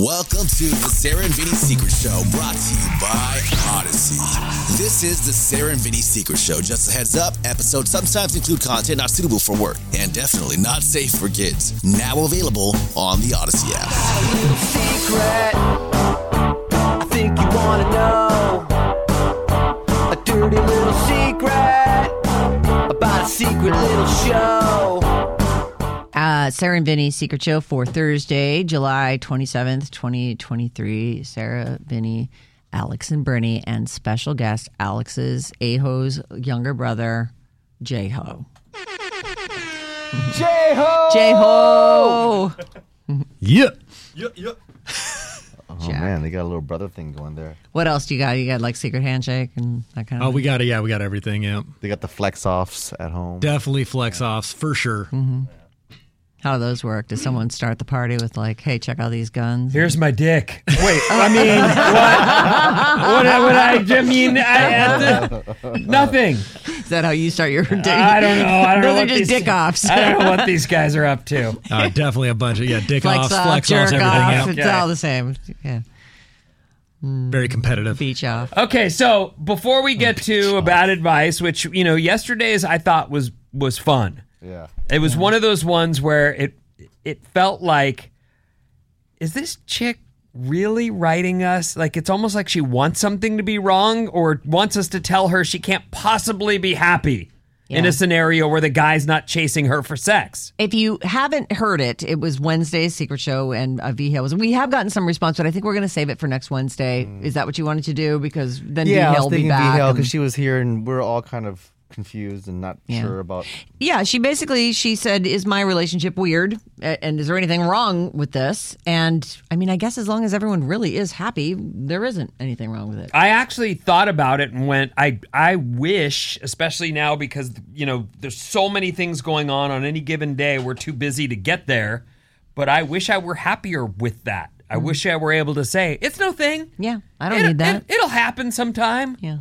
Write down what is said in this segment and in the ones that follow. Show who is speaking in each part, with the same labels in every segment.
Speaker 1: Welcome to the Sarah and Vinny Secret Show, brought to you by Odyssey. This is the Sarah and Vinny Secret Show. Just a heads up, episodes sometimes include content not suitable for work and definitely not safe for kids. Now available on the Odyssey app.
Speaker 2: secret. I think you wanna know a dirty little secret about a secret little show.
Speaker 3: Uh, Sarah and Vinny Secret Show for Thursday, July 27th, 2023. Sarah, Vinny, Alex, and Bernie, and special guest Alex's Aho's younger brother, J Ho.
Speaker 2: J Ho.
Speaker 3: J Ho!
Speaker 4: Yeah.
Speaker 5: Oh man, they got a little brother thing going there.
Speaker 3: What else do you got? You got like Secret Handshake and that kind of
Speaker 4: Oh, we got it. Yeah, we got everything. Yeah.
Speaker 5: They got the flex offs at home.
Speaker 4: Definitely flex offs for sure.
Speaker 3: How do those work? Does someone start the party with like, hey, check out these guns?
Speaker 6: Here's my dick. Wait, I mean, what? What would I? I mean, I, at the- nothing.
Speaker 3: Is that how you start your day?
Speaker 6: I don't know. I don't know.
Speaker 3: Those are
Speaker 6: what
Speaker 3: just
Speaker 6: these-
Speaker 3: dick offs.
Speaker 6: I don't know what these guys are up to.
Speaker 4: Uh, definitely a bunch of yeah, dick
Speaker 3: Flex
Speaker 4: offs,
Speaker 3: off,
Speaker 4: flex
Speaker 3: jerk
Speaker 4: offs, everything.
Speaker 3: off.
Speaker 4: Yeah.
Speaker 3: It's
Speaker 6: Okay.
Speaker 3: all the same. Yeah.
Speaker 4: Very competitive.
Speaker 3: Beach off.
Speaker 6: Okay, so before we get to bad advice, which you know, yesterday's I thought was was fun.
Speaker 5: Yeah.
Speaker 6: It was one of those ones where it it felt like is this chick really writing us? Like it's almost like she wants something to be wrong or wants us to tell her she can't possibly be happy in
Speaker 3: Yeah.
Speaker 6: a scenario where the guy's not chasing her for sex.
Speaker 3: If you haven't heard it, it was Wednesday's secret show and uh, V Hill. We have gotten some response, but I think we're going to save it for next Wednesday. Is that what you wanted to do? Because then V
Speaker 5: Yeah, I
Speaker 3: Hill
Speaker 5: was
Speaker 3: will be
Speaker 5: thinking
Speaker 3: back.
Speaker 5: hell
Speaker 3: and-
Speaker 5: because she was here and we are all kind of confused and not sure about.
Speaker 3: yeah, she basically she said, "Is my relationship weird? A- And is there anything wrong with this?" And I mean, I guess as long as everyone really is happy, there isn't anything wrong with it.
Speaker 6: I actually thought about it and went, I I wish, especially now because you know there's so many things going on on any given day. We're too busy to get there, but I wish I were happier with that. I wish I were able to say it's no thing.
Speaker 3: Mm-hmm. Yeah, I don't
Speaker 6: It-
Speaker 3: need that.
Speaker 6: It, it'll happen sometime.
Speaker 3: yeah,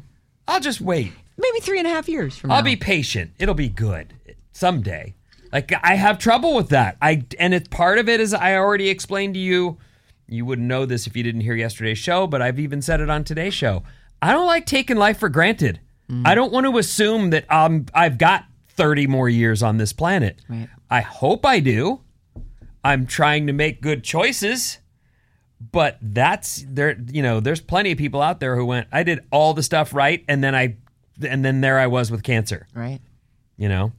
Speaker 6: I'll just wait.
Speaker 3: maybe three and a half years from now.
Speaker 6: I'll be patient. It'll be good someday. Like I have trouble with that. I and it part of it is I already explained to you. You wouldn't know this if you didn't hear yesterday's show, but I've even said it on today's show. I don't like taking life for granted. I don't want to assume that um I've got 30 more years on this planet.
Speaker 3: Right.
Speaker 6: I hope I do. I'm trying to make good choices. But that's there, you know, there's plenty of people out there who went, I did all the stuff right and then I and then there I was with cancer,
Speaker 3: right.
Speaker 6: you know.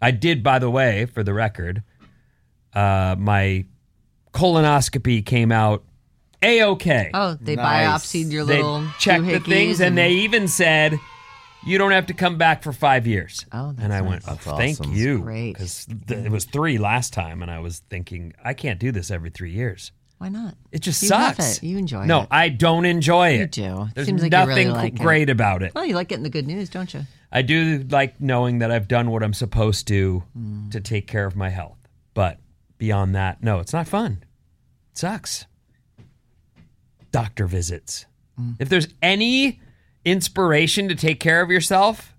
Speaker 6: I did by the way, for the record, uh my colonoscopy came out A-OK.
Speaker 3: Oh, they
Speaker 5: Nice.
Speaker 3: biopsied your
Speaker 6: they
Speaker 3: little
Speaker 6: checked the things
Speaker 3: doohickeys
Speaker 6: and, they even said you don't have to come back for 5 years.
Speaker 3: Oh, that's
Speaker 6: and I
Speaker 3: nice.
Speaker 6: went, oh,
Speaker 5: That's
Speaker 6: thank
Speaker 5: awesome.
Speaker 6: you.
Speaker 3: Great.
Speaker 6: Cuz it was 3 last time and I was thinking I can't do this every 3 years.
Speaker 3: why not?
Speaker 6: It just
Speaker 3: you love
Speaker 6: sucks.
Speaker 3: it. You enjoy
Speaker 6: no,
Speaker 3: it.
Speaker 6: I don't enjoy it.
Speaker 3: You do. It
Speaker 6: There's
Speaker 3: seems like you
Speaker 6: nothing
Speaker 3: really like it.
Speaker 6: great about it.
Speaker 3: Well, you like getting the good news, don't you?
Speaker 6: I do like knowing that I've done what I'm supposed to to take care of my health. But beyond that, no, it's not fun. It sucks. Doctor visits. If there's any inspiration to take care of yourself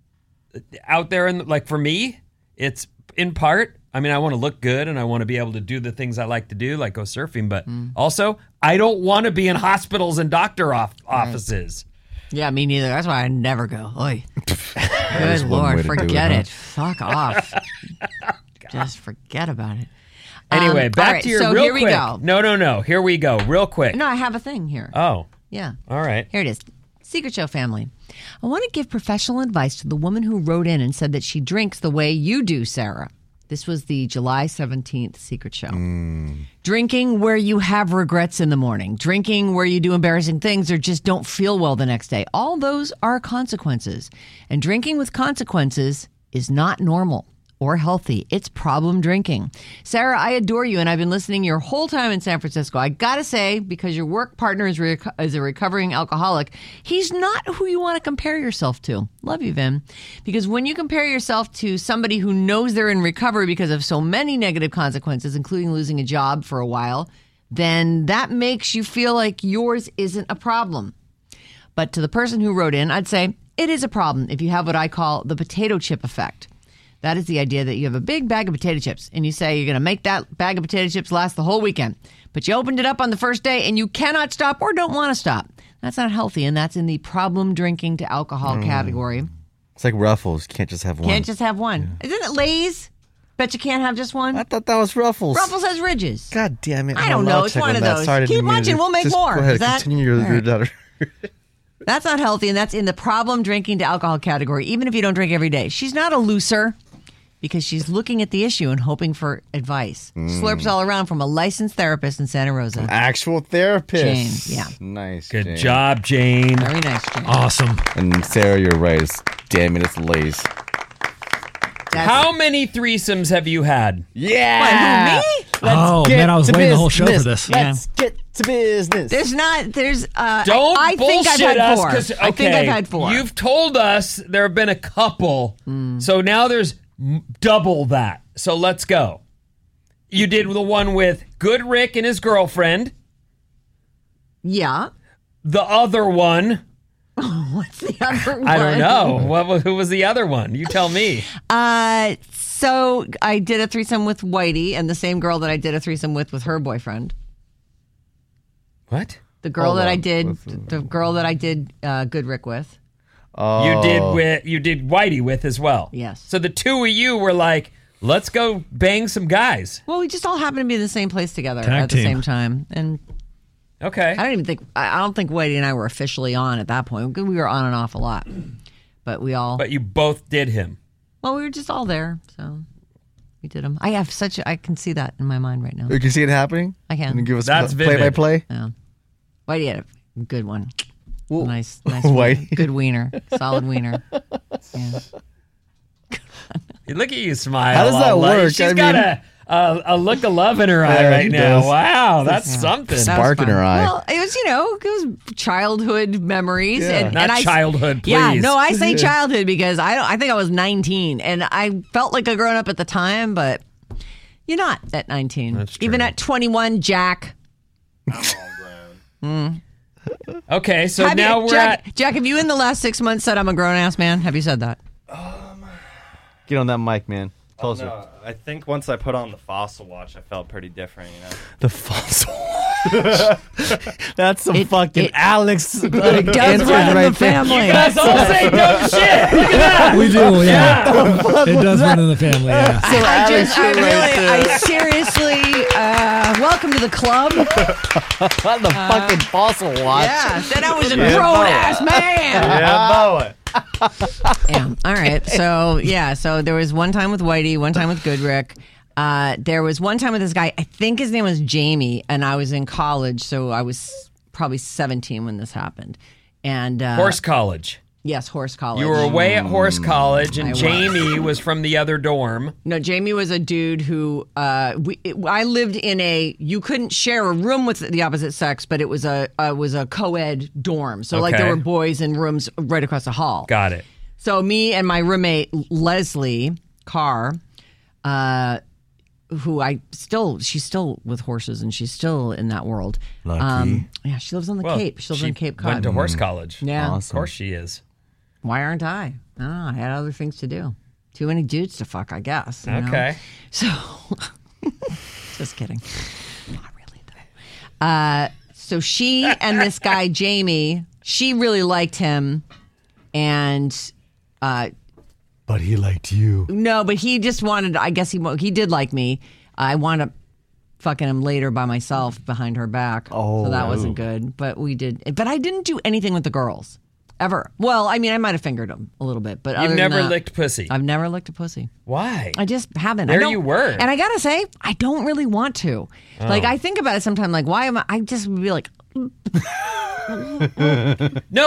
Speaker 6: out there, in, like for me, it's in part. I mean, I want to look good and I want to be able to do the things I like to do, like go surfing. But also, I don't want to be in hospitals and doctor off- offices.
Speaker 3: Yeah, me neither. That's why I never go. Oy. Good
Speaker 5: one way
Speaker 3: lord,
Speaker 5: to do it,
Speaker 3: forget
Speaker 5: huh?
Speaker 3: it. Fuck off. Just forget about it. Um,
Speaker 6: Anyway, back
Speaker 3: all right,
Speaker 6: to your
Speaker 3: so
Speaker 6: real
Speaker 3: here
Speaker 6: quick.
Speaker 3: we go.
Speaker 6: No, no, no. Here we go. Real quick.
Speaker 3: No, I have a thing here.
Speaker 6: Oh,
Speaker 3: yeah.
Speaker 6: all right.
Speaker 3: Here it is. Secret Show family. I want to give professional advice to the woman who wrote in and said that she drinks the way you do, Sarah. This was the July 17th Secret Show. Drinking where you have regrets in the morning, drinking where you do embarrassing things or just don't feel well the next day. All those are consequences. And drinking with consequences is not normal or healthy. It's problem drinking. Sarah, I adore you and I've been listening your whole time in San Francisco. I got to say because your work partner is, rec- is a recovering alcoholic, he's not who you want to compare yourself to. Love you, Vim. Because when you compare yourself to somebody who knows they're in recovery because of so many negative consequences including losing a job for a while, then that makes you feel like yours isn't a problem. But to the person who wrote in, I'd say it is a problem if you have what I call the potato chip effect. That is the idea that you have a big bag of potato chips and you say you're going to make that bag of potato chips last the whole weekend. But you opened it up on the first day and you cannot stop or don't want to stop. That's not healthy and that's in the problem drinking to alcohol category.
Speaker 5: It's like Ruffles. Can't just have one.
Speaker 3: Can't just have one. Isn't it Lay's? Bet you can't have just one.
Speaker 5: I thought that was Ruffles.
Speaker 3: Ruffles has ridges.
Speaker 5: God damn it.
Speaker 3: I
Speaker 5: I'm
Speaker 3: don't
Speaker 5: allowed
Speaker 3: know.
Speaker 5: to
Speaker 3: It's
Speaker 5: check
Speaker 3: one
Speaker 5: on
Speaker 3: of
Speaker 5: that.
Speaker 3: those.
Speaker 5: Sorry, I
Speaker 3: Keep
Speaker 5: didn't mean to-
Speaker 3: watching. We'll make
Speaker 5: just
Speaker 3: more.
Speaker 5: Go ahead.
Speaker 3: Is that-
Speaker 5: Continue your,
Speaker 3: All
Speaker 5: your
Speaker 3: right.
Speaker 5: letter.
Speaker 3: That's not healthy, and that's in the problem drinking to alcohol category, even if you don't drink every day. She's not a looser because she's looking at the issue and hoping for advice.
Speaker 6: Mm.
Speaker 3: Slurps all around from a licensed therapist in Santa Rosa.
Speaker 5: Actual therapist.
Speaker 3: Jane, yeah.
Speaker 5: Nice.
Speaker 6: Good
Speaker 5: Jane.
Speaker 6: job, Jane.
Speaker 3: Very nice. Jane.
Speaker 4: Awesome.
Speaker 5: And Sarah, you're right. It's, damn it, it's Lay's.
Speaker 3: That's-
Speaker 6: How many threesomes have you had?
Speaker 5: Yeah.
Speaker 3: Wait, who, me?
Speaker 4: oh man, I was waiting the whole show for this.
Speaker 5: Let's get to business.
Speaker 3: There's not, there's, uh,
Speaker 6: Don't
Speaker 3: I, I think I've
Speaker 6: bullshit
Speaker 3: had
Speaker 6: us,
Speaker 3: four.
Speaker 6: 'cause-
Speaker 3: I think
Speaker 6: okay,
Speaker 3: I've had four. Mm.
Speaker 6: You've told us there have been a couple, so now there's m- double that. So let's go. You did the one with Good Rick and his girlfriend.
Speaker 3: yeah.
Speaker 6: The other one,
Speaker 3: What's the other one?
Speaker 6: I don't know. What was, who was the other one? You tell me.
Speaker 3: Uh, so I did a threesome with Whitey and the same girl that I did a threesome with with her boyfriend.
Speaker 6: What?
Speaker 3: The girl
Speaker 6: Oh,
Speaker 5: Hold
Speaker 3: that I
Speaker 5: on.
Speaker 3: did, the girl that I did uh, Good Rick with.
Speaker 5: oh,
Speaker 6: You did with you did Whitey with as well.
Speaker 3: Yes.
Speaker 6: So the two of you were like, let's go bang some guys.
Speaker 3: Well, we just all happened to be in the same place together
Speaker 4: Tag
Speaker 3: at the
Speaker 4: team.
Speaker 3: same time, and
Speaker 6: Okay.
Speaker 3: I don't even think I I don't think Whitey and I were officially on at that point. We were on and off a lot, but we all
Speaker 6: But you both did him.
Speaker 3: well, we were just all there, so we did them. I have such a, I can see that in my mind right now.
Speaker 5: You can see it happening.
Speaker 3: I can.
Speaker 5: And you give us
Speaker 6: That's
Speaker 5: play by
Speaker 6: vivid.
Speaker 5: play.
Speaker 3: Whitey had a good one, nice, nice,
Speaker 5: Whitey.
Speaker 3: wiener. good wiener, solid wiener. Yeah.
Speaker 6: Look at you smile.
Speaker 5: How does that
Speaker 6: all like-
Speaker 5: work?
Speaker 6: She's
Speaker 5: I
Speaker 6: got
Speaker 5: mean-
Speaker 6: a, a a look of love in her eye
Speaker 5: Yeah,
Speaker 6: right
Speaker 5: he
Speaker 6: now.
Speaker 5: does.
Speaker 6: Wow, that's something.
Speaker 3: That was
Speaker 5: Bark in
Speaker 3: fun.
Speaker 5: her eye.
Speaker 3: Well, it was you know it was childhood memories and,
Speaker 6: Not
Speaker 3: and I,
Speaker 6: childhood,
Speaker 3: Yeah,
Speaker 6: please.
Speaker 3: no, I say childhood because I don't. I think I was nineteen and I felt like a grown up at the time, but you're not at nineteen.
Speaker 6: That's
Speaker 3: Even
Speaker 6: true.
Speaker 3: at twenty one, Jack.
Speaker 6: Okay, so
Speaker 3: Have you-
Speaker 6: now we're
Speaker 3: Jack,
Speaker 6: at
Speaker 3: Jack. Have you in the last six months said I'm a grown ass man? Have you said that?
Speaker 5: Get on that mic, man. Closer.
Speaker 7: No, I think once I put on the fossil watch, I felt pretty different. You know,
Speaker 5: The fossil. That's some
Speaker 3: It-
Speaker 5: fucking
Speaker 3: it-
Speaker 5: Alex. Like,
Speaker 3: It does
Speaker 5: answer
Speaker 3: run in
Speaker 5: right
Speaker 3: the
Speaker 5: there.
Speaker 3: family.
Speaker 6: guys all say dumb shit. Look at that.
Speaker 4: We do, yeah. it does run in the family, yeah.
Speaker 5: So
Speaker 3: I
Speaker 5: Alex,
Speaker 3: just, I
Speaker 5: you're
Speaker 3: really,
Speaker 5: right there.
Speaker 3: I seriously, uh, welcome to the club.
Speaker 5: Not the fucking fossil
Speaker 3: Uh,
Speaker 5: watch.
Speaker 3: Yeah, said I was a
Speaker 5: Yeah.
Speaker 3: grown ass man.
Speaker 7: yeah, boy.
Speaker 3: Yeah. All right. So yeah. So there was one time with Whitey, one time with Goodrick. Uh, there was one time with this guy. I think his name was Jamie, and I was in college, so I was probably seventeen when this happened. And uh,
Speaker 6: Horse college.
Speaker 3: yes, horse college.
Speaker 6: You were away at horse
Speaker 5: Mm.
Speaker 6: college, and
Speaker 3: was.
Speaker 6: Jamie was from the other dorm.
Speaker 3: No, Jamie was a dude who uh, we, it, I lived in a. You couldn't share a room with the opposite sex, but it was a uh, was a co-ed dorm. So like there
Speaker 6: Okay.
Speaker 3: were boys in rooms right across the hall.
Speaker 6: Got it.
Speaker 3: So me and my roommate Leslie Carr, uh, who I still she's still with horses and she's still in that world. Lucky. yeah, she lives on the
Speaker 6: Well,
Speaker 3: Cape. She lives
Speaker 6: she
Speaker 3: on Cape
Speaker 6: Went
Speaker 3: Cod.
Speaker 6: to horse college.
Speaker 3: yeah.
Speaker 6: Of course she is.
Speaker 3: Why aren't I? I don't know. I had other things to do. Too many dudes to fuck, I guess. you know?
Speaker 6: Okay.
Speaker 3: So, just kidding. Not really, though. Uh, so she and this guy, Jamie, she really liked him. And. Uh,
Speaker 5: But he liked you.
Speaker 3: no, but he just wanted, I guess he wa- he did like me. I wound up fucking him later by myself behind her back. Oh. So that wasn't good. But we did. But I didn't do anything with the girls. Ever. Well, I mean, I might have fingered him a little bit, but
Speaker 6: You
Speaker 3: other than
Speaker 6: never
Speaker 3: that-
Speaker 6: licked pussy.
Speaker 3: I've never licked a pussy.
Speaker 6: Why?
Speaker 3: I just haven't. I
Speaker 6: There
Speaker 3: don't-
Speaker 6: you were. Oh.
Speaker 3: And I gotta say, I don't really want to. Like I think about it sometimes. Like why am I? I just would be like,
Speaker 6: No,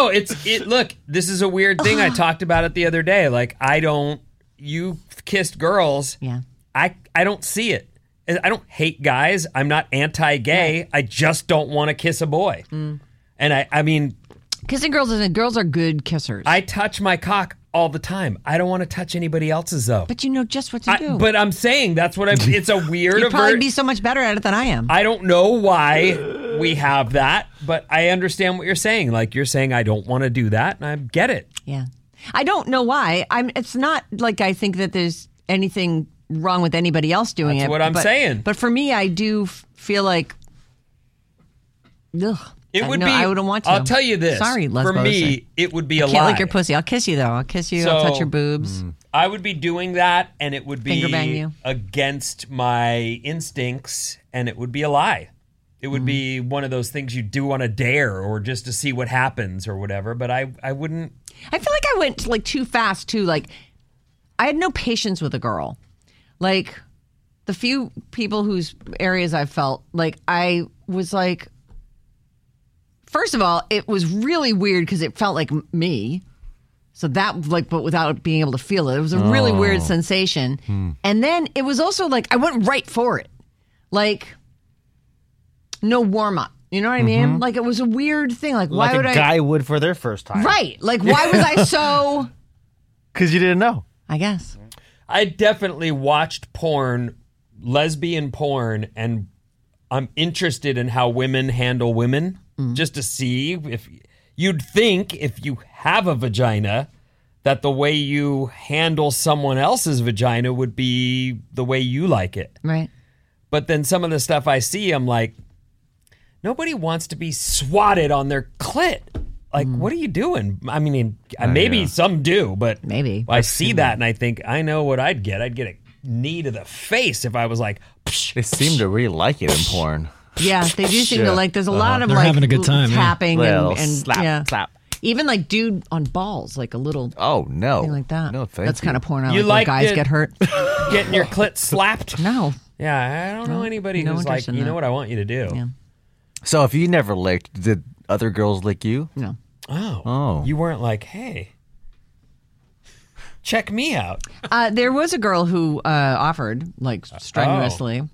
Speaker 6: it's it. Look, this is a weird thing I talked about it the other day. Like I don't. You kissed girls.
Speaker 3: Yeah.
Speaker 6: I I don't see it. And I don't hate guys. I'm not anti-gay. I just don't want to kiss a boy.
Speaker 3: Mm.
Speaker 6: And I I mean
Speaker 3: kissing girls is girls are good kissers.
Speaker 6: I touch my cock all the time. I don't want to touch anybody else's though.
Speaker 3: but you know just what to
Speaker 6: I,
Speaker 3: do.
Speaker 6: but I'm saying that's what I. It's a weird.
Speaker 3: You'd probably
Speaker 6: aver-
Speaker 3: be so much better at it than I am.
Speaker 6: I don't know why we have that, but I understand what you're saying. Like you're saying, I don't want to do that, and I get it.
Speaker 3: yeah. I don't know why. I'm. It's not like I think that there's. anything wrong with anybody else doing
Speaker 6: That's
Speaker 3: it.
Speaker 6: what I'm
Speaker 3: but-
Speaker 6: saying.
Speaker 3: But for me, I do f- feel like, ugh.
Speaker 6: It
Speaker 3: I-
Speaker 6: would
Speaker 3: no,
Speaker 6: be.
Speaker 3: I wouldn't want to.
Speaker 6: I'll tell you this.
Speaker 3: Sorry,
Speaker 6: for
Speaker 3: lesbo to say.
Speaker 6: me, it would be a
Speaker 3: Can't
Speaker 6: lie.
Speaker 3: lick your pussy. I'll kiss you though. I'll kiss you. I'll touch
Speaker 6: So-
Speaker 3: your boobs.
Speaker 6: I would be doing that, and it would be
Speaker 3: Finger bang you.
Speaker 6: against my instincts, and it would be a lie. It would be
Speaker 3: Mm-hmm.
Speaker 6: one of those things you do on a dare or just to see what happens or whatever. But I, I wouldn't.
Speaker 3: I feel like I went like too fast too. Like I had no patience with a girl. Like the few people whose areas I felt like I was like. First of all, it was really weird because it felt like m- me. So that like, but without being able to feel it, it was a really
Speaker 5: Oh.
Speaker 3: weird sensation.
Speaker 5: Hmm.
Speaker 3: And then it was also like I went right for it, like no warm up. You know what I mean? Like it was a weird thing. Like why
Speaker 5: Mm-hmm. like a
Speaker 3: would I?
Speaker 5: guy would for their first time.
Speaker 3: Right. Like, why was I so?
Speaker 5: Because you didn't know.
Speaker 3: I guess.
Speaker 5: Mm-hmm.
Speaker 6: I definitely watched porn, lesbian porn, and I'm interested in how women handle women just to see if you'd think if you have a vagina that the way you handle someone else's vagina would be the way you like it.
Speaker 3: Right.
Speaker 6: But then some of the stuff I see, I'm like, nobody wants to be swatted on their clit. Like,
Speaker 3: Mm.
Speaker 6: what are you doing? I mean, uh, maybe some do, but
Speaker 3: Maybe.
Speaker 6: I see that and I think I know what I'd get. I'd get a knee to the face if I was like,
Speaker 5: They seem to really like it in porn.
Speaker 3: Yeah, they do seem to like. There's a lot of
Speaker 4: They're
Speaker 3: like
Speaker 4: having a good time, yeah.
Speaker 3: tapping
Speaker 5: Little
Speaker 3: and, and
Speaker 5: Uh-huh. slap,
Speaker 3: yeah.
Speaker 5: slap.
Speaker 3: Even like dude on balls, like a little
Speaker 5: Oh no,
Speaker 3: thing like that.
Speaker 5: No, thank
Speaker 3: That's
Speaker 5: you.
Speaker 3: kind of porn. I
Speaker 6: You
Speaker 3: like, when
Speaker 6: like
Speaker 3: guys
Speaker 6: it?
Speaker 3: get hurt.
Speaker 6: getting your clit slapped.
Speaker 3: No,
Speaker 6: Yeah, I don't know anybody
Speaker 3: no
Speaker 6: who's like,
Speaker 3: interest
Speaker 6: you
Speaker 3: in
Speaker 6: know
Speaker 3: that."
Speaker 6: what I want you to do.
Speaker 3: Yeah.
Speaker 5: So if you never licked, did other girls lick you?
Speaker 3: no.
Speaker 6: Oh,
Speaker 5: Oh.
Speaker 6: you weren't like, hey, check me out.
Speaker 3: Uh, there was a girl who uh, offered like strenuously. Oh,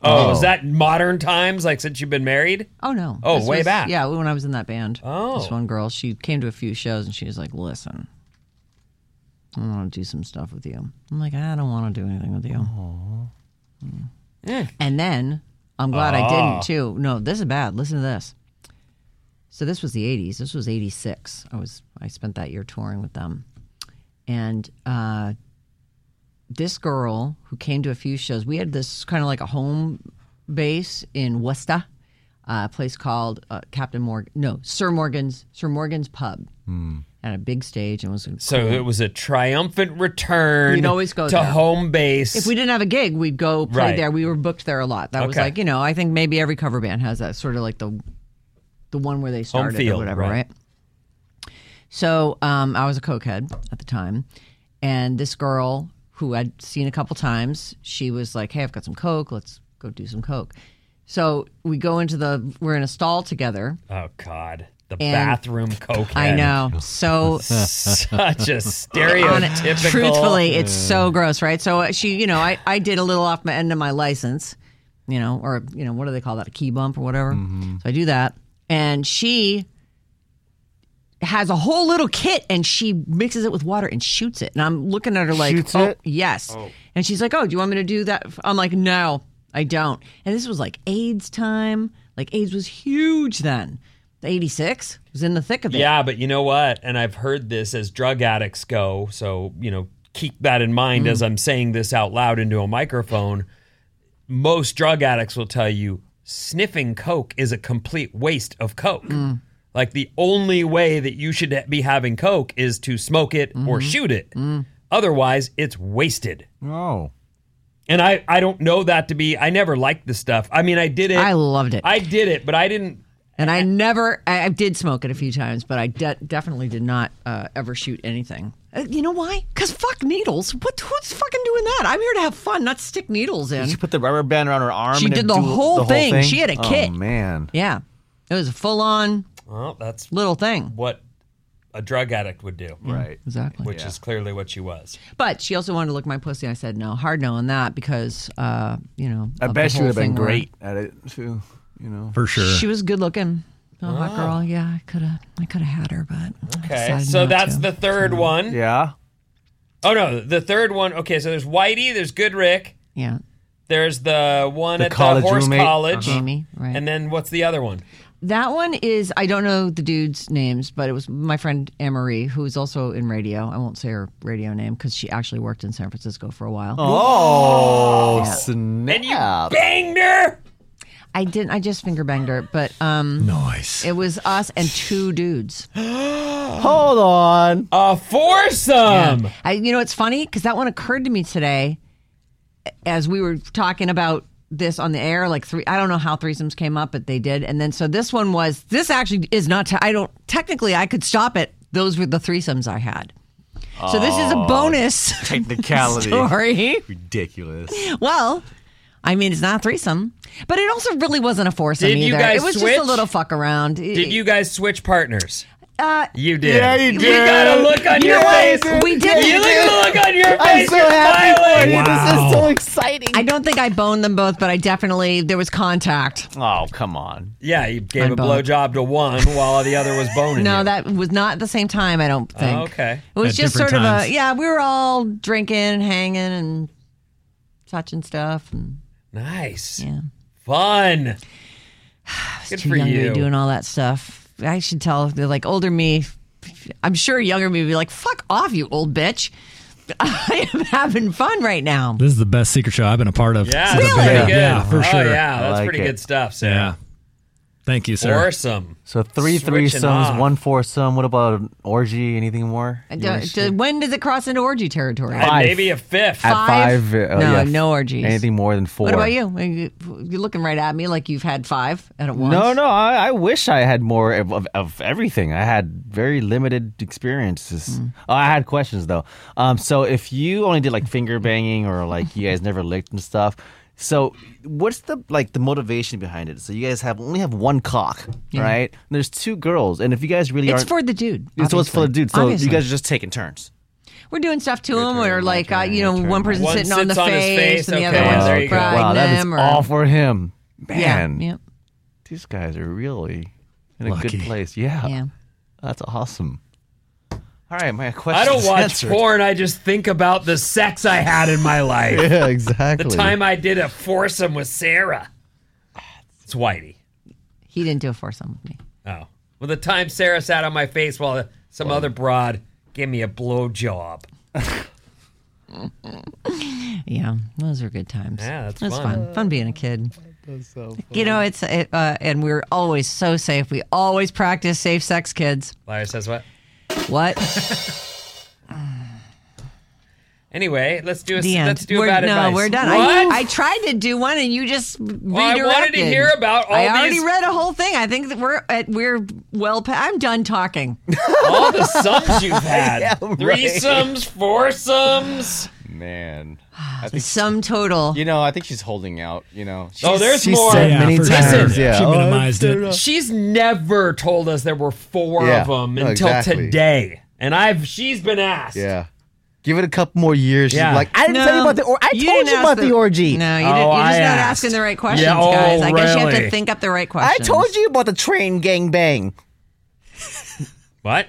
Speaker 6: Oh,
Speaker 5: Oh.
Speaker 6: is that modern times? Like since you've been married?
Speaker 3: no.
Speaker 6: Oh,
Speaker 3: This
Speaker 6: way
Speaker 3: was-
Speaker 6: back.
Speaker 3: Yeah, when I was in that band.
Speaker 6: Oh.
Speaker 3: This one girl, she came to a few shows and she was like, "Listen, I want to do some stuff with you." I'm like, "I don't want to do anything with you." Mm.
Speaker 6: Eh.
Speaker 3: And then I'm glad I didn't too. No, this is bad. Listen to this. So this was the 80s. This was 86. I was I spent that year touring with them. And uh this girl who came to a few shows, we had this kind of like a home base in Westa, uh, a place called uh, Captain Morgan, no, Sir Morgan's, Sir Morgan's Pub, at a big stage, and it was a
Speaker 6: So it was a triumphant return
Speaker 3: Mm-hmm. We'd always go
Speaker 6: to
Speaker 3: there.
Speaker 6: home base.
Speaker 3: if we didn't have a gig, we'd go play
Speaker 6: Right.
Speaker 3: there. We were booked there a lot. That was
Speaker 6: Okay.
Speaker 3: like, you know, I think maybe every cover band has that sort of like the the one where they started or
Speaker 6: field,
Speaker 3: whatever, right?
Speaker 6: right.
Speaker 3: So um, I was a cokehead at the time, and this girl who I'd seen a couple times, she was like, "Hey, I've got some coke. Let's go do some coke." So we go into the we're in a stall together.
Speaker 6: oh God, the
Speaker 3: And-
Speaker 6: bathroom coke.
Speaker 3: I know, so
Speaker 6: such a
Speaker 3: on it.
Speaker 6: stereotypical.
Speaker 3: Truthfully, it's
Speaker 5: Mm.
Speaker 3: so gross, right? So uh, she, you know, I, I did a little off my end of my license, you know, or you know, what do they call that? A key bump or whatever.
Speaker 5: Mm-hmm.
Speaker 3: So I do that, and she has a whole little kit, and she mixes it with water and shoots it. And I'm looking at her like,
Speaker 5: Shoots
Speaker 3: oh,
Speaker 5: it?
Speaker 3: yes. And she's like, oh, do you want me to do that? I'm like, no, I don't. And this was like AIDS time. Like AIDS was huge then. The 86 was in the thick of it.
Speaker 6: yeah, but you know what? And I've heard this as drug addicts go. So you know, keep that in mind
Speaker 3: Mm.
Speaker 6: as I'm saying this out loud into a microphone. Most drug addicts will tell you sniffing coke is a complete waste of coke.
Speaker 3: Mm.
Speaker 6: Like the only way that you should be having coke is to smoke it
Speaker 3: Mm-hmm.
Speaker 6: or shoot it.
Speaker 3: Mm.
Speaker 6: Otherwise, it's wasted.
Speaker 5: No.
Speaker 6: And I, I don't know that to be. I never liked the stuff. I mean, I did it.
Speaker 3: I loved it.
Speaker 6: I did it, but I didn't.
Speaker 3: And I never, I, I did smoke it a few times, but I de- definitely did not uh, ever shoot anything. Uh, you know why? Because fuck needles. What? Who's fucking doing that? I'm here to have fun, not stick needles in.
Speaker 5: She put the rubber band around her arm.
Speaker 3: She
Speaker 5: and
Speaker 3: did
Speaker 5: it
Speaker 3: the
Speaker 5: do-
Speaker 3: whole thing. She had a
Speaker 5: Oh
Speaker 3: kit.
Speaker 5: man.
Speaker 3: Yeah. It was a full on
Speaker 6: Well, that's
Speaker 3: little thing.
Speaker 6: what a drug addict would do,
Speaker 5: Right.
Speaker 3: Exactly.
Speaker 6: which is clearly what she was.
Speaker 3: But she also wanted to lick my pussy. I said no, hard no on that because, uh, you know.
Speaker 5: I
Speaker 3: of the
Speaker 5: bet she
Speaker 3: whole
Speaker 5: would have
Speaker 3: thing
Speaker 5: been
Speaker 3: where-
Speaker 5: great at it too. You know.
Speaker 4: for sure.
Speaker 3: She was good looking. Oh, my girl. Yeah, I could have I could have had her, but. I
Speaker 6: Okay,
Speaker 3: decided
Speaker 6: so
Speaker 3: not
Speaker 6: that's
Speaker 3: to.
Speaker 6: the third one.
Speaker 5: Mm-hmm. Yeah.
Speaker 6: Oh no, the third one. Okay, so there's Whitey, there's Goodrick,
Speaker 3: Yeah.
Speaker 6: there's the one
Speaker 5: The
Speaker 6: at the
Speaker 5: college
Speaker 6: horse
Speaker 5: roommate.
Speaker 6: college,
Speaker 3: Jamie, right.
Speaker 6: and then what's the other one?
Speaker 3: That one is I don't know the dudes' names, but it was my friend Anne Marie, who is also in radio. I won't say her radio name because she actually worked in San Francisco for a while.
Speaker 5: Oh, snap.
Speaker 6: Banged her.
Speaker 3: I didn't. I just finger banged her, but um,
Speaker 4: Nice.
Speaker 3: it was us and two dudes.
Speaker 5: Hold on.
Speaker 6: A foursome.
Speaker 3: I, you know, it's funny because that one occurred to me today as we were talking about this on the air. Like three, I don't know how threesomes came up, but they did. And then so this one was this actually is not. I I don't technically I could stop it. Those were the threesomes I had. So this is a bonus
Speaker 5: Oh, Technicality.
Speaker 3: story.
Speaker 5: Ridiculous.
Speaker 3: Well, I mean, it's not a threesome, but it also really wasn't a foursome
Speaker 6: Did
Speaker 3: either.
Speaker 6: you guys
Speaker 3: it was
Speaker 6: switch?
Speaker 3: just a little fuck around.
Speaker 6: Did you guys switch partners?
Speaker 3: Uh,
Speaker 6: You did.
Speaker 5: Yeah, you
Speaker 6: We
Speaker 5: did.
Speaker 6: got a look on
Speaker 5: You
Speaker 6: your
Speaker 5: did.
Speaker 6: face.
Speaker 3: we did.
Speaker 6: You got a look on your
Speaker 5: I'm
Speaker 6: face.
Speaker 5: so
Speaker 6: You're
Speaker 5: happy for
Speaker 6: smiling.
Speaker 5: you. This
Speaker 4: Wow.
Speaker 5: is so exciting.
Speaker 3: I don't think I boned them both, but I definitely there was contact.
Speaker 5: Oh, come on.
Speaker 6: Yeah, you gave
Speaker 3: I'm
Speaker 6: a
Speaker 3: boned.
Speaker 6: blowjob to one while the other was boning.
Speaker 3: No,
Speaker 6: you.
Speaker 3: that was not at the same time. I don't think.
Speaker 6: Oh, okay.
Speaker 3: It was
Speaker 4: At
Speaker 3: just sort
Speaker 4: different
Speaker 3: of a
Speaker 4: times.
Speaker 3: yeah. We were all drinking and hanging and touching stuff. And
Speaker 6: Nice.
Speaker 3: Yeah.
Speaker 6: Fun.
Speaker 3: I was
Speaker 6: Good
Speaker 3: too
Speaker 6: for
Speaker 3: young to
Speaker 6: you.
Speaker 3: be doing all that stuff. I should tell the like older me. I'm sure younger me would be like, "Fuck off, you old bitch." I am having fun right now.
Speaker 4: This is the best secret show I've been a part of.
Speaker 6: Yeah,
Speaker 4: since I've
Speaker 6: that's
Speaker 3: Really?
Speaker 4: been
Speaker 6: pretty
Speaker 4: here.
Speaker 6: good.
Speaker 4: Yeah, for
Speaker 6: oh,
Speaker 4: sure.
Speaker 6: Yeah, that's
Speaker 5: like
Speaker 6: pretty
Speaker 5: it.
Speaker 6: good stuff, Sarah.
Speaker 4: Yeah. Thank you, sir.
Speaker 6: Foursome.
Speaker 5: So three
Speaker 6: Switching off.
Speaker 5: threesomes, one foursome. What about an orgy? Anything more?
Speaker 3: Do-
Speaker 5: You wanna
Speaker 3: do-
Speaker 5: share?
Speaker 3: uh, when does it cross into orgy territory?
Speaker 6: And
Speaker 5: Five.
Speaker 6: maybe a fifth.
Speaker 5: At
Speaker 3: five?
Speaker 5: five? uh,
Speaker 3: No,
Speaker 5: yeah,
Speaker 3: no orgies.
Speaker 5: Anything more than four.
Speaker 3: What about you? You're looking right at me like you've had five at once.
Speaker 5: No, no. I, I wish I had more of, of, of everything. I had very limited
Speaker 3: Hmm.
Speaker 5: experiences. Oh, I had questions though. Um, so if you only did like finger banging or like you guys never licked and stuff, so what's the like the motivation behind it? So you guys have only have one cock, right? And there's two girls, and if you guys really
Speaker 3: It's
Speaker 5: aren't,
Speaker 3: for the dude.
Speaker 5: it's what's for the
Speaker 3: obviously.
Speaker 5: dude. So
Speaker 3: Obviously.
Speaker 5: you guys are just taking turns.
Speaker 3: we're doing stuff to him, or like uh, you know,
Speaker 5: turn,
Speaker 3: one person
Speaker 6: One
Speaker 3: sitting on the
Speaker 6: sits on his
Speaker 3: face,
Speaker 6: face,
Speaker 3: and the
Speaker 6: okay,
Speaker 3: other one's
Speaker 6: there you go.
Speaker 3: grabbing
Speaker 5: Wow, that is
Speaker 3: him, or
Speaker 5: all for him.
Speaker 3: yeah,
Speaker 5: Man,
Speaker 3: yeah,
Speaker 5: these guys are really in a
Speaker 4: Lucky.
Speaker 5: good place. Yeah.
Speaker 3: yeah.
Speaker 5: That's awesome. All right, my question.
Speaker 6: I don't watch
Speaker 5: answered.
Speaker 6: porn. I just think about the sex I had in my life.
Speaker 5: Yeah, exactly.
Speaker 6: the time I did a foursome with Sarah. It's Whitey.
Speaker 3: He didn't do a foursome with me.
Speaker 6: Oh. Well, the time Sarah sat on my face while some other broad gave me a blowjob.
Speaker 3: Yeah, those are good times.
Speaker 6: Yeah, that's
Speaker 3: It was
Speaker 6: fun.
Speaker 3: fun. Fun being a kid. You know, it's it, uh, and we were always so safe. We always practice safe sex, kids.
Speaker 6: Liar says what?
Speaker 3: What?
Speaker 6: Anyway, let's do a
Speaker 3: The end.
Speaker 6: let's do
Speaker 3: we're,
Speaker 6: about
Speaker 3: no,
Speaker 6: advice.
Speaker 3: we're done.
Speaker 6: What?
Speaker 3: I, I tried to do one, and you just
Speaker 6: I
Speaker 3: redirected.
Speaker 6: wanted to hear about all
Speaker 3: I already
Speaker 6: these-
Speaker 3: read a whole thing. I think that we're at we're well. Pa- I'm done talking.
Speaker 6: all the sums you've had. Threesomes, foursomes.
Speaker 5: Man, I think
Speaker 3: Sum total.
Speaker 5: you know. I think she's holding out. You know. She's,
Speaker 6: Oh, there's
Speaker 5: she
Speaker 6: more.
Speaker 5: Said
Speaker 4: Yeah,
Speaker 5: many
Speaker 4: for sure.
Speaker 5: times.
Speaker 4: Listen,
Speaker 5: Yeah.
Speaker 4: she
Speaker 5: Oh,
Speaker 4: minimized
Speaker 5: it's-
Speaker 4: it.
Speaker 6: She's never told us there were four
Speaker 5: Yeah,
Speaker 6: of them
Speaker 5: no,
Speaker 6: until
Speaker 5: exactly.
Speaker 6: today. And I've she's been asked.
Speaker 5: Yeah. Give it a couple more years. She's
Speaker 6: Yeah.
Speaker 5: like, I didn't tell you about the. Or- I told
Speaker 3: didn't
Speaker 5: you about
Speaker 3: ask
Speaker 5: the, orgy.
Speaker 3: No, you
Speaker 6: Oh,
Speaker 3: didn't, you're just
Speaker 6: I
Speaker 3: not
Speaker 6: asked.
Speaker 3: asking the right questions,
Speaker 6: Yeah, oh,
Speaker 3: guys. I guess you have to
Speaker 6: really?
Speaker 3: think up the right
Speaker 5: I
Speaker 3: questions.
Speaker 5: told you about the train gang bang.
Speaker 6: What?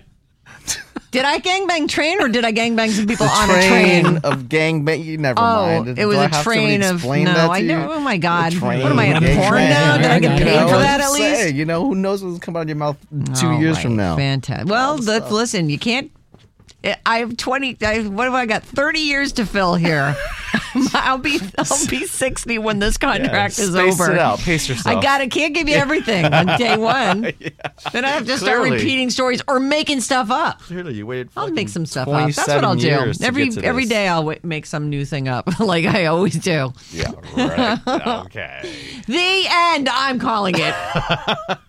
Speaker 3: Did I gangbang train or did I gangbang some people on a train?
Speaker 5: of gang bang. You never
Speaker 3: Oh,
Speaker 5: mind.
Speaker 3: it
Speaker 5: Do
Speaker 3: was
Speaker 5: I
Speaker 3: a
Speaker 5: have somebody
Speaker 3: train of
Speaker 5: explain
Speaker 3: no.
Speaker 5: that to
Speaker 3: I
Speaker 5: you?
Speaker 3: know. Oh my God!
Speaker 5: A train
Speaker 3: What am I in
Speaker 5: gang
Speaker 3: porn
Speaker 5: bang.
Speaker 3: now? Did I get
Speaker 4: Yeah,
Speaker 3: paid
Speaker 4: yeah.
Speaker 3: for
Speaker 5: I'm
Speaker 3: that at
Speaker 5: just
Speaker 3: least?
Speaker 5: saying, you know, who knows what's coming out of your mouth two
Speaker 3: All
Speaker 5: years
Speaker 3: right,
Speaker 5: from now?
Speaker 3: Fantastic. Oh, Well, let, listen, you can't. I- I have twenty. I, what have I got? Thirty years to fill here. I'll be I'll be sixty when this contract is
Speaker 5: Space
Speaker 3: over.
Speaker 5: it out. Pace yourself.
Speaker 3: I got. I can't give you everything on day one. Then I have to start
Speaker 5: Clearly.
Speaker 3: repeating stories or making stuff up.
Speaker 5: Clearly, you waited.
Speaker 3: I'll make some stuff up.
Speaker 5: 27
Speaker 3: That's what I'll do.
Speaker 5: years to
Speaker 3: Every
Speaker 5: get to
Speaker 3: every
Speaker 5: this.
Speaker 3: day I'll w- make some new thing up, like I always do.
Speaker 5: Yeah, right. okay.
Speaker 3: The end. I'm calling it.